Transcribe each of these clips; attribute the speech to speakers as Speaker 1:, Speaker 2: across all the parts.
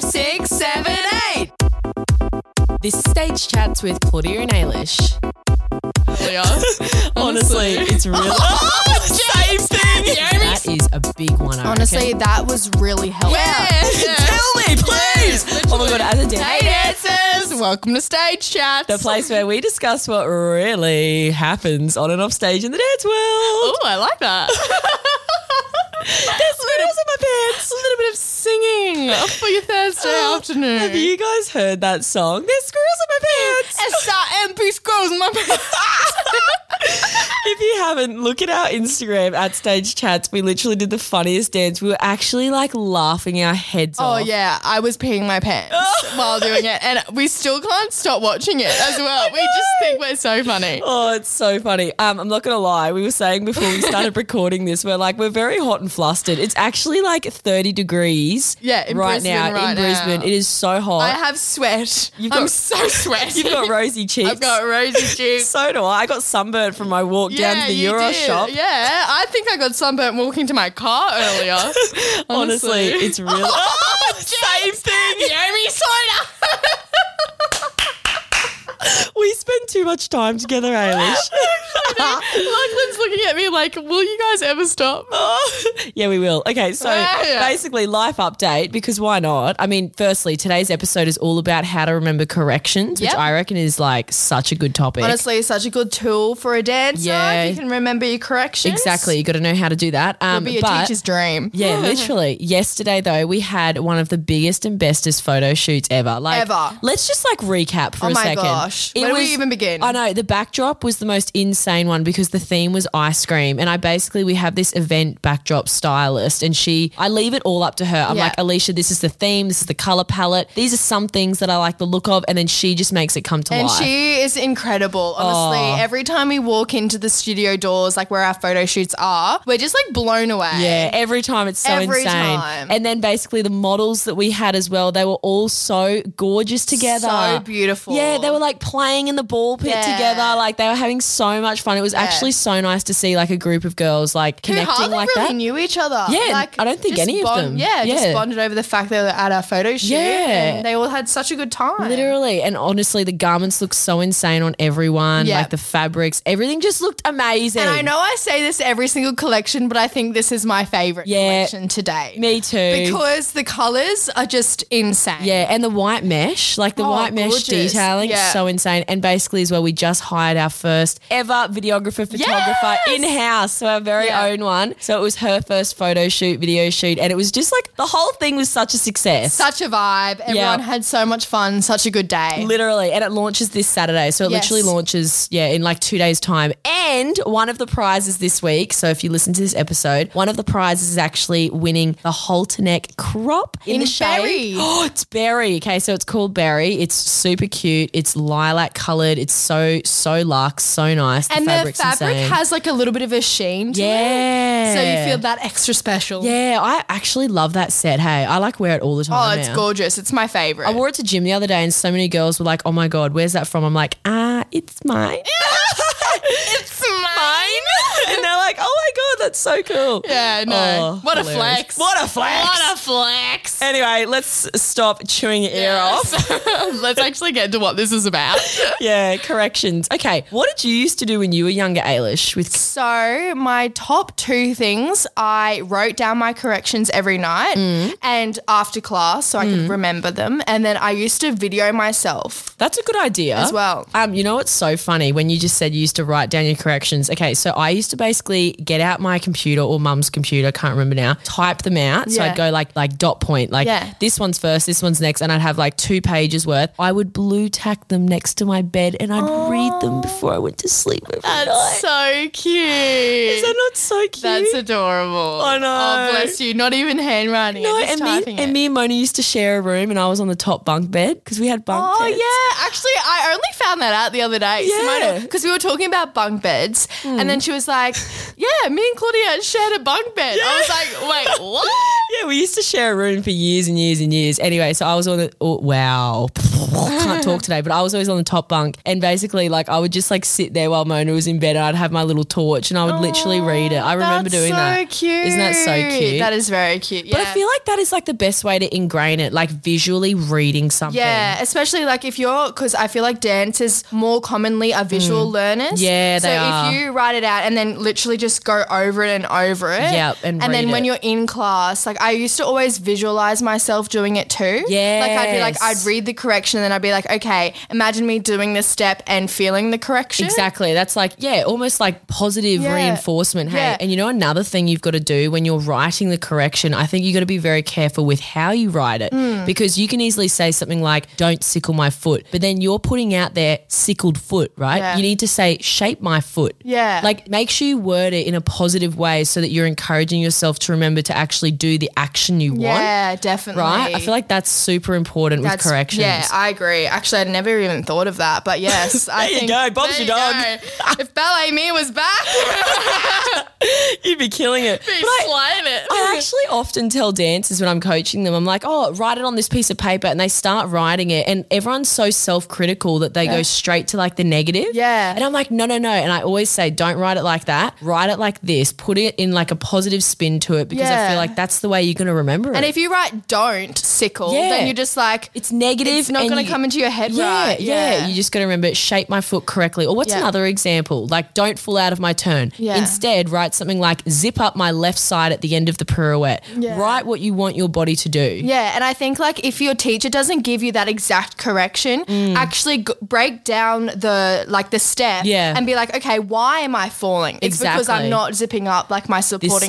Speaker 1: six, seven, eight. This is Stage Chats with Claudia and Ailish.
Speaker 2: Honestly, Oh, it's really
Speaker 1: Same thing.
Speaker 2: that is a big one. I
Speaker 3: Honestly,
Speaker 2: reckon.
Speaker 3: that was really helpful.
Speaker 2: tell me, please. oh my god, as a day.
Speaker 3: dancers, welcome to Stage Chats.
Speaker 2: The place where we discuss what really happens on and off stage in the dance world.
Speaker 3: Oh, I like that.
Speaker 2: There's noodles in my pants.
Speaker 3: a little bit of singing for your Thursday afternoon.
Speaker 2: Oh, Have you guys heard that song? There's squirrels in my pants.
Speaker 3: S-I-M-P scrolls in my
Speaker 2: If you haven't, look at our Instagram at Stage Chats. We literally did the funniest dance. We were actually like laughing our heads
Speaker 3: Oh
Speaker 2: off.
Speaker 3: yeah, I was peeing my pants while doing it, and we still can't stop watching it as well. We just think we're so funny.
Speaker 2: Oh, it's so funny. Um, I'm not gonna lie. We were saying before we started recording this, we're like we're very hot and flustered. It's actually like 30 degrees.
Speaker 3: Yeah, in
Speaker 2: right
Speaker 3: Brisbane
Speaker 2: now in
Speaker 3: right now.
Speaker 2: Brisbane, it is so hot.
Speaker 3: I have sweat.
Speaker 2: You've
Speaker 3: I'm
Speaker 2: got-
Speaker 3: so sweaty.
Speaker 2: You've got rosy cheeks.
Speaker 3: I've got rosy cheeks.
Speaker 2: so do I. I got sunburned from my walk down to the
Speaker 3: you
Speaker 2: Euro
Speaker 3: did.
Speaker 2: shop.
Speaker 3: Yeah, I think I got sunburnt walking to my car earlier. Oh,
Speaker 2: Honestly, it's really
Speaker 3: same thing. Yummy soda.
Speaker 2: we spend too much time together, Ailish.
Speaker 3: Lachlan's looking at me like, "Will you guys ever stop?"
Speaker 2: Yeah, we will. Okay, so
Speaker 3: Yeah, yeah.
Speaker 2: basically, life update because why not? I mean, firstly, today's episode is all about how to remember corrections, which
Speaker 3: Yep.
Speaker 2: I reckon is like such a good topic.
Speaker 3: Honestly, such a good tool for a dancer.
Speaker 2: Yeah.
Speaker 3: If you can remember your corrections.
Speaker 2: exactly. You got to know how to do that. Um,
Speaker 3: It'll be a
Speaker 2: but-
Speaker 3: teacher's dream.
Speaker 2: Yeah, literally. Yesterday though, we had one of the biggest and bestest photo shoots ever. Like
Speaker 3: Ever.
Speaker 2: Let's just like recap for
Speaker 3: Oh
Speaker 2: a
Speaker 3: my
Speaker 2: second.
Speaker 3: gosh. Where do we even begin?
Speaker 2: I know the backdrop was the most insane one because the theme was ice cream, and I basically we have this event backdrop stylist, and she I leave it all up to her. I'm
Speaker 3: Yeah.
Speaker 2: like Alicia, this is the theme, this is the color palette, these are some things that I like the look of, and then she just makes it come to
Speaker 3: And
Speaker 2: life. Oh.
Speaker 3: she is incredible, honestly. Every time we walk into the studio doors, like where our photo shoots are, we're just like blown away.
Speaker 2: Yeah, every time it's so
Speaker 3: Every
Speaker 2: insane.
Speaker 3: time.
Speaker 2: And then basically the models that we had as well, they were all so gorgeous together.
Speaker 3: So beautiful.
Speaker 2: Yeah, they were like playing in the ball pit
Speaker 3: Yeah.
Speaker 2: together. Like they were having so much fun. It was actually so nice to see like a group of girls like
Speaker 3: Who
Speaker 2: connecting
Speaker 3: hardly
Speaker 2: like
Speaker 3: really
Speaker 2: that.
Speaker 3: knew each other.
Speaker 2: Yeah, I don't think
Speaker 3: just
Speaker 2: any of
Speaker 3: bond-
Speaker 2: them.
Speaker 3: Yeah, just
Speaker 2: Yeah.
Speaker 3: bonded over the fact they were at our photo shoot.
Speaker 2: Yeah.
Speaker 3: And they all had such a good time.
Speaker 2: Literally and honestly, the garments looked so insane on everyone.
Speaker 3: Yeah.
Speaker 2: Like the fabrics, everything just looked amazing.
Speaker 3: And I know I say this every single collection, but I think this is my favorite
Speaker 2: Yeah.
Speaker 3: collection today.
Speaker 2: Me too.
Speaker 3: Because the colors are just insane.
Speaker 2: Yeah, and the white mesh, like the
Speaker 3: Oh,
Speaker 2: white mesh
Speaker 3: gorgeous.
Speaker 2: detailing,
Speaker 3: Yeah.
Speaker 2: so insane. And basically, as well, we just hired our first ever videographer, photographer
Speaker 3: Yes!
Speaker 2: in house, so our very
Speaker 3: Yeah.
Speaker 2: own one. So it was her first photo shoot, video shoot, and it was just like the whole thing was such a success.
Speaker 3: Such a vibe. Everyone had so much fun. Such a good day.
Speaker 2: Literally, and it launches this Saturday. So it
Speaker 3: Yes.
Speaker 2: literally launches, yeah, in like two days' time. And one of the prizes this week. So if you listen to this episode, one of the prizes is actually winning the Holteneck crop in,
Speaker 3: In
Speaker 2: the shade.
Speaker 3: berry.
Speaker 2: Oh, it's berry. Okay, so it's called berry. It's super cute. It's lilac colored. It's so so luxe, so nice. The
Speaker 3: and the
Speaker 2: fabric's
Speaker 3: fabric
Speaker 2: insane.
Speaker 3: has like a little bit of a sheen to
Speaker 2: yeah.
Speaker 3: it. So you feel that extra special.
Speaker 2: Yeah, I actually love that set. Hey, I like wear it all the
Speaker 3: Oh,
Speaker 2: time.
Speaker 3: it's
Speaker 2: now.
Speaker 3: gorgeous. It's my favorite.
Speaker 2: I wore it to gym the other day, and so many girls were like, "Oh my god, where's that from?" I'm like, "Ah, it's mine."
Speaker 3: it's mine.
Speaker 2: and they're like, "Oh my god, that's so cool!"
Speaker 3: yeah, no.
Speaker 2: Oh,
Speaker 3: what a
Speaker 2: hilarious.
Speaker 3: flex.
Speaker 2: What a flex!
Speaker 3: What a flex.
Speaker 2: anyway, let's stop chewing your ear off.
Speaker 3: Yes. Let's actually get to what this is about.
Speaker 2: yeah, corrections. Okay, what did you used to do when you were younger, Ailish? With
Speaker 3: So, my top two things I wrote down my corrections every night and after class so I could remember them. And then I used to video myself.
Speaker 2: that's a good idea
Speaker 3: As well.
Speaker 2: Um, you know what's so funny when you just said you used to write down your corrections. Okay, so I used to basically get out my computer or mum's computer, can't remember now, type them out. So
Speaker 3: Yeah.
Speaker 2: I'd go like like dot point, like
Speaker 3: Yeah.
Speaker 2: this one's first, this one's next, and I'd have like two pages worth. I would blue tack them next to my bed and I'd read them before I went to sleep every night.
Speaker 3: That's so cute.
Speaker 2: Is that not so cute?
Speaker 3: That's adorable.
Speaker 2: I know.
Speaker 3: Oh, bless you. Not even handwriting.
Speaker 2: no,
Speaker 3: No, just
Speaker 2: and
Speaker 3: typing
Speaker 2: me,
Speaker 3: it.
Speaker 2: and me and Moni used to share a room, and I was on the top bunk bed because we had bunk
Speaker 3: Oh
Speaker 2: beds.
Speaker 3: yeah, actually, I only found that out the other day.
Speaker 2: Yeah. Hmm.
Speaker 3: because we were talking about bunk beds, and then she was like, "Yeah, me and Claudia shared a bunk bed." I was like, "Wait, what?"
Speaker 2: Yeah, we used to share a room for years and years and years. Anyway, so I was on the oh, wow, can't talk today, but I was always on the top bunk, and basically, like I would just like sit there while Mona was in bed, and I'd have my little torch, and I would literally read it. I remember
Speaker 3: That's
Speaker 2: doing
Speaker 3: so
Speaker 2: that.
Speaker 3: Cute.
Speaker 2: Isn't that so cute?
Speaker 3: That is very cute. Yeah.
Speaker 2: But I feel like that is like the best way to ingrain it, like visually reading something.
Speaker 3: Yeah, especially like if you're, because I feel like dancers more commonly are visual learners.
Speaker 2: Mm. Yeah,
Speaker 3: so
Speaker 2: they are.
Speaker 3: if you write it out and then literally just go over it and over it.
Speaker 2: Yep, and
Speaker 3: then
Speaker 2: read
Speaker 3: when
Speaker 2: it.
Speaker 3: you're in class, like I used to always visualize myself doing it too. Like I'd be like, I'd
Speaker 2: Yes.
Speaker 3: read the correction and then I'd be like, okay, imagine me doing this step and feeling the correction.
Speaker 2: Exactly. That's like, yeah, almost like positive
Speaker 3: Yeah.
Speaker 2: reinforcement. Hey,
Speaker 3: Yeah.
Speaker 2: and you know, another thing you've got to do when you're writing the correction, I think you've got to be very careful with how you write it
Speaker 3: Mm.
Speaker 2: because you can easily say something like, don't sickle my foot, but then you're putting out there sickled foot, right?
Speaker 3: Yeah.
Speaker 2: You need to say, shape my foot.
Speaker 3: Yeah.
Speaker 2: Like, make sure you word it in a positive way so that you're encouraging yourself to remember to actually do the action you want.
Speaker 3: Yeah, definitely.
Speaker 2: Right? I feel like that's super important
Speaker 3: That's-
Speaker 2: with corrections.
Speaker 3: Yeah, I agree. Actually, I'd never even thought of that, but yes, I
Speaker 2: There you
Speaker 3: think,
Speaker 2: go, Bob's
Speaker 3: there
Speaker 2: your
Speaker 3: you
Speaker 2: dog.
Speaker 3: go. if Ballet Me was back,
Speaker 2: You'd be killing it.
Speaker 3: he'd
Speaker 2: But I-
Speaker 3: slaying it.
Speaker 2: I actually often tell dancers when I'm coaching them, I'm like, oh, write it on this piece of paper. And they start writing it. And everyone's so self critical that they go straight to like the negative.
Speaker 3: Yeah.
Speaker 2: And I'm like, no, no, no. And I always say, don't write it like that. Write it like this. Put it in like a positive spin to it because I
Speaker 3: Yeah.
Speaker 2: feel like that's the way you're going to remember it.
Speaker 3: and if you write "don't sickle,"
Speaker 2: Yeah.
Speaker 3: then you're just like,
Speaker 2: it's negative,
Speaker 3: it's not
Speaker 2: and
Speaker 3: going
Speaker 2: you-
Speaker 3: to come into your head,
Speaker 2: yeah,
Speaker 3: right?
Speaker 2: yeah, You just got to remember shape my foot correctly. Or what's
Speaker 3: Yeah.
Speaker 2: another example? Like don't fall out of my turn.
Speaker 3: Yeah.
Speaker 2: Instead, write something like zip up my left side at the end of the pirouette.
Speaker 3: Yeah.
Speaker 2: Write what you want your body to do.
Speaker 3: Yeah, and I think like if your teacher doesn't give you that exact correction,
Speaker 2: Mm.
Speaker 3: actually g- break down the like the step
Speaker 2: Yeah.
Speaker 3: and be like, okay, why am I falling? It's because
Speaker 2: Exactly.
Speaker 3: I'm not zipping up like my supporting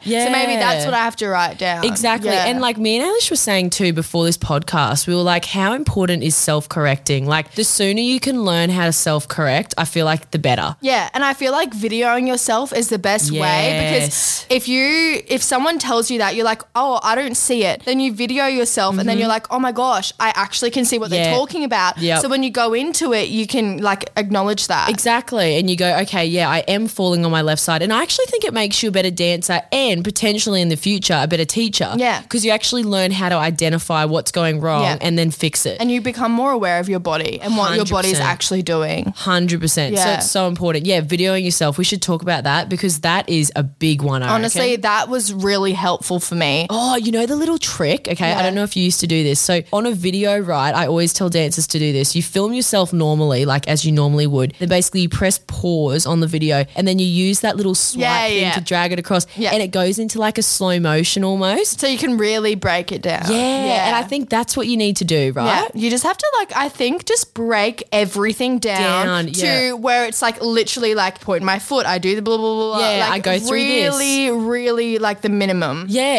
Speaker 3: side. So maybe
Speaker 2: Yeah.
Speaker 3: that's what I have to write down.
Speaker 2: Exactly.
Speaker 3: Yeah.
Speaker 2: And like me and Alice were saying too before this podcast, we were like, how important is self correcting? Like the sooner you can learn how to self correct, I feel like the better.
Speaker 3: Yeah, and I feel like videoing yourself is the best way
Speaker 2: Yes.
Speaker 3: because if you if someone tells you that you're like, "Oh, I don't see it." Then you video yourself and then you're like, "Oh my gosh, I actually can see what
Speaker 2: Mm-hmm. Yeah.
Speaker 3: they're talking about."
Speaker 2: Yep.
Speaker 3: So when you go into it, you can like acknowledge that.
Speaker 2: Exactly. And you go, okay, yeah, I am falling on my left side. And I actually think it makes you a better dancer and potentially in the future a better teacher.
Speaker 3: Yeah.
Speaker 2: Because you actually learn how to identify what's going wrong
Speaker 3: Yeah.
Speaker 2: and then fix it.
Speaker 3: and you become more aware of your body and what your body's
Speaker 2: 100%.
Speaker 3: actually doing.
Speaker 2: 100%. So
Speaker 3: Yeah.
Speaker 2: it's so important. Yeah, videoing yourself. We should talk about that because that is a big one. I
Speaker 3: Honestly,
Speaker 2: reckon.
Speaker 3: that was really helpful for me.
Speaker 2: Oh, you know the little trick? Okay. I
Speaker 3: Yeah.
Speaker 2: don't know if you used to do this. So, on a video, right, I always tell dancers to do this. You film yourself normally, like as you normally would. Then basically you press pause on the video and then you use that little swipe
Speaker 3: Yeah,
Speaker 2: thing
Speaker 3: yeah.
Speaker 2: to drag it across
Speaker 3: Yeah.
Speaker 2: and it goes into like a slow motion almost.
Speaker 3: So you can really break it down.
Speaker 2: Yeah. And I think that's what you need to do, right?
Speaker 3: Yeah, you just have to like I think just break everything down,
Speaker 2: Down,
Speaker 3: to
Speaker 2: yeah.
Speaker 3: where it's like literally like point my foot, I do the blah blah blah. blah,
Speaker 2: Yeah,
Speaker 3: like,
Speaker 2: I go through this.
Speaker 3: really, really like the minimum.
Speaker 2: Yeah,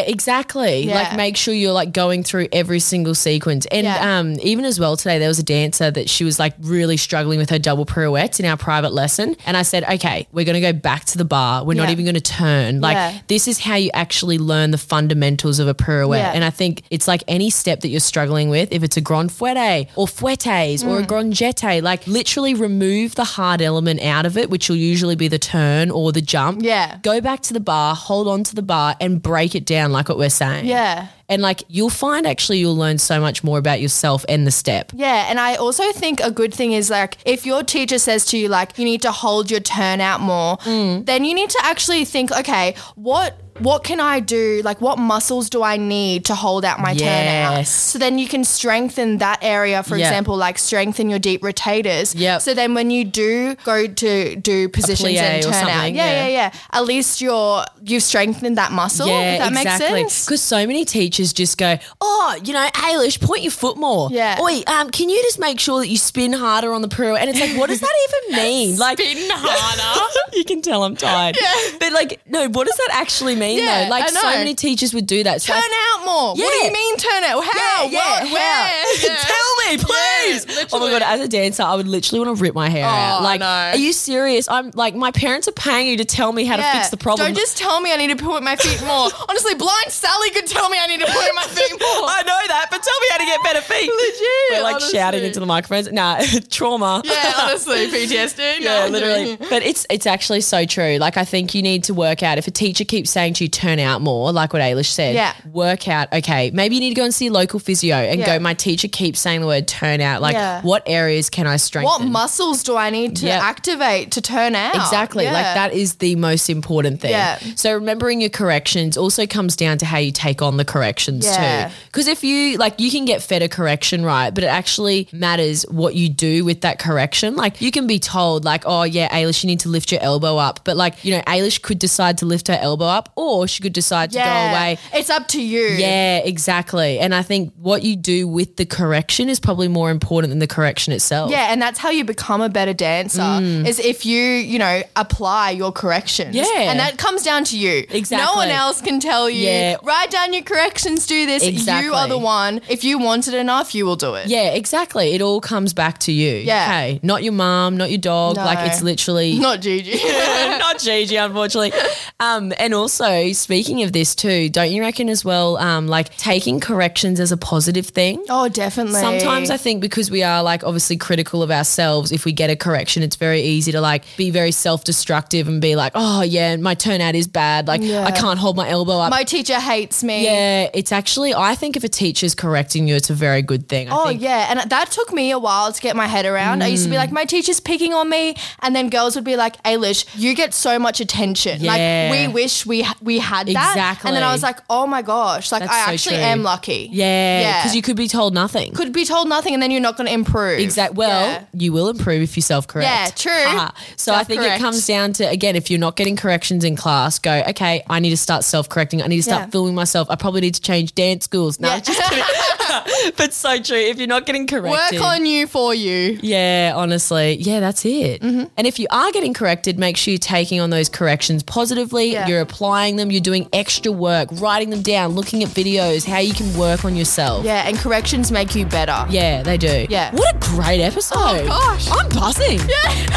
Speaker 3: Mm.
Speaker 2: exactly.
Speaker 3: Yeah.
Speaker 2: Like make sure you're like going through every single sequence. And
Speaker 3: Yeah.
Speaker 2: um, even as well today, there was a dancer that she was like really struggling with her double pirouettes in our private lesson. And I said, okay, we're going to go back to the bar. We're not
Speaker 3: Yeah.
Speaker 2: even going to turn. Like
Speaker 3: Yeah.
Speaker 2: this is how you actually learn the fundamentals of a pirouette.
Speaker 3: Yeah.
Speaker 2: And I think it's like any step that you're struggling with, if it's a grand fuete or fuetes or a
Speaker 3: Mm.
Speaker 2: grand jete, like literally remove the hard element out of it, which will usually be the turn or the jump.
Speaker 3: Yeah.
Speaker 2: Go back to the bar, hold on to the bar and break it down like what we're saying.
Speaker 3: Yeah.
Speaker 2: And like you'll find actually you'll learn so much more about yourself and the step.
Speaker 3: Yeah, and I also think a good thing is like if your teacher says to you like you need to hold your turn out more,
Speaker 2: Mm.
Speaker 3: then you need to actually think, okay, what what can I do? Like what muscles do I need to hold out my turn out?
Speaker 2: Yes.
Speaker 3: So then you can strengthen that area, for
Speaker 2: Yeah.
Speaker 3: example, like strengthen your deep rotators.
Speaker 2: Yep.
Speaker 3: So then when you do go to do positions
Speaker 2: plie
Speaker 3: and
Speaker 2: or
Speaker 3: turn out.
Speaker 2: something, yeah.
Speaker 3: Yeah, yeah, yeah. At least you're you've strengthened that muscle. if that makes sense.
Speaker 2: Because so many teachers just go, oh, you know, Ailish, point your foot more.
Speaker 3: Yeah.
Speaker 2: Oi, um, can you just make sure that you spin harder on the pirouette? And it's like, what does that even mean? Like,
Speaker 1: Spin harder.
Speaker 2: you can tell I'm tired. But like, no, what does that actually mean
Speaker 3: Yeah,
Speaker 2: though? Like,
Speaker 3: I
Speaker 2: so
Speaker 3: know.
Speaker 2: many teachers would do that. So I
Speaker 3: Turn out more. What do
Speaker 2: Yeah.
Speaker 3: you mean turn out? How?
Speaker 2: Yeah, yeah,
Speaker 3: what?
Speaker 2: how?
Speaker 3: Where? Yeah.
Speaker 2: Tell me, please. oh my god, as a dancer, I would literally want to rip my hair out.
Speaker 3: I
Speaker 2: Like,
Speaker 3: know.
Speaker 2: are you serious? I'm like, my parents are paying you to tell me how to
Speaker 3: Yeah.
Speaker 2: fix the problem.
Speaker 3: Don't just tell me I need to put my feet more. Honestly, blind Sally could tell me I need to put in my feet more.
Speaker 2: I know that, but tell me how to get better feet. Legit. We're like shouting
Speaker 3: honestly.
Speaker 2: into the microphones. Nah, trauma.
Speaker 3: Yeah, honestly, PTSD. No,
Speaker 2: Yeah,
Speaker 3: I'm
Speaker 2: literally.
Speaker 3: joking.
Speaker 2: But it's it's actually so true. Like I think you need to work out if a teacher keeps saying to you turn out more, like what Ailish said.
Speaker 3: Yeah.
Speaker 2: Work out. Okay, maybe you need to go and see local physio and
Speaker 3: Yeah.
Speaker 2: go. My teacher keeps saying the word turn out. Like
Speaker 3: Yeah.
Speaker 2: what areas can I strengthen?
Speaker 3: What muscles do I need to
Speaker 2: Yep.
Speaker 3: activate to turn out?
Speaker 2: Exactly. Like
Speaker 3: Yeah.
Speaker 2: that is the most important thing.
Speaker 3: Yeah.
Speaker 2: So remembering your corrections also comes down to how you take on the corrections
Speaker 3: Yeah.
Speaker 2: too. Because if you like you can get fed a correction right, but it actually matters what you do with that correction. Like you can be told like, oh yeah, Ailish, you need to lift your elbow up. But like, you know, Ailish could decide to lift her elbow up or she could decide to go away.
Speaker 3: It's up to you.
Speaker 2: Yeah, exactly. And I think what you do with the correction is probably more important than the correction itself.
Speaker 3: Yeah, and that's how you become a better dancer
Speaker 2: Mm.
Speaker 3: is if you, you know, apply your corrections.
Speaker 2: Yeah.
Speaker 3: And that comes down to you. No
Speaker 2: Exactly.
Speaker 3: one else can tell you,
Speaker 2: Yeah.
Speaker 3: write down your corrections, do this. You are
Speaker 2: Exactly.
Speaker 3: the one. If you want it enough, you will do it.
Speaker 2: Yeah, exactly. It all comes back to you.
Speaker 3: Yeah.
Speaker 2: Hey, not your mom, not your dog.
Speaker 3: No.
Speaker 2: Like it's literally
Speaker 3: Not Gigi.
Speaker 2: not Gigi, unfortunately. Um, and also speaking of this too, don't you reckon as well? Um, like taking corrections as a positive thing.
Speaker 3: oh, definitely.
Speaker 2: Sometimes I think because we are like obviously critical of ourselves, if we get a correction, it's very easy to like be very self destructive and be like, oh yeah, my turnout is bad. Like
Speaker 3: Yeah.
Speaker 2: I can't hold my elbow up.
Speaker 3: my teacher hates me.
Speaker 2: yeah, it's actually, I think if a teacher's correcting you, it's a very good thing. I
Speaker 3: Oh
Speaker 2: think Mm.
Speaker 3: yeah, and that took me a while to get my head around. I used to be like, my teacher's picking on me, and then girls would be like, "Ailish, you get so much attention.
Speaker 2: Yeah.
Speaker 3: Like we wish we ha- we had that." And then I
Speaker 2: Exactly.
Speaker 3: was like, "Oh my gosh! Like
Speaker 2: That's
Speaker 3: I
Speaker 2: so
Speaker 3: actually
Speaker 2: true.
Speaker 3: am lucky."
Speaker 2: Yeah,
Speaker 3: yeah.
Speaker 2: because you could be told nothing.
Speaker 3: could be told nothing, and then you're not going to improve.
Speaker 2: Exactly. Well,
Speaker 3: Yeah.
Speaker 2: you will improve if you self-correct.
Speaker 3: Yeah, true.
Speaker 2: Haha. So I think
Speaker 3: Self-correct.
Speaker 2: it comes down to again, if you're not getting corrections in class, go okay. I need to start self-correcting. I need to start
Speaker 3: Yeah.
Speaker 2: filming myself. I probably need to change dance schools. No,
Speaker 3: Yeah.
Speaker 2: just kidding. but so true. If you're not getting corrected.
Speaker 3: work on you for you.
Speaker 2: yeah, honestly. Yeah, that's it.
Speaker 3: Mm-hmm.
Speaker 2: And if you are getting corrected, make sure you're taking on those corrections positively.
Speaker 3: Yeah.
Speaker 2: You're applying them. You're doing extra work, writing them down, looking at videos, how you can work on yourself.
Speaker 3: Yeah, and corrections make you better.
Speaker 2: Yeah, they do.
Speaker 3: Yeah.
Speaker 2: What a great episode.
Speaker 3: Oh, gosh.
Speaker 2: I'm buzzing. Yeah.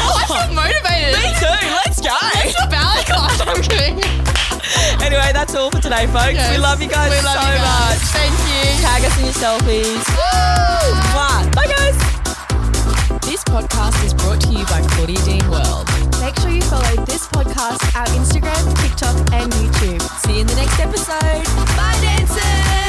Speaker 3: I feel motivated.
Speaker 2: Me too. Let's go.
Speaker 3: Ballet class. I'm kidding.
Speaker 2: anyway, that's all for today, folks.
Speaker 3: Yes.
Speaker 2: We love you guys
Speaker 3: We love
Speaker 2: so
Speaker 3: you guys.
Speaker 2: much.
Speaker 3: Thank you.
Speaker 2: Tag us in your selfies.
Speaker 3: Woo!
Speaker 2: Mwah. Bye, guys.
Speaker 1: This podcast is brought to you by Claudia Dean World.
Speaker 3: Make sure you follow this podcast, our Instagram, TikTok, and YouTube.
Speaker 1: See you in the next episode.
Speaker 3: Bye, dancers!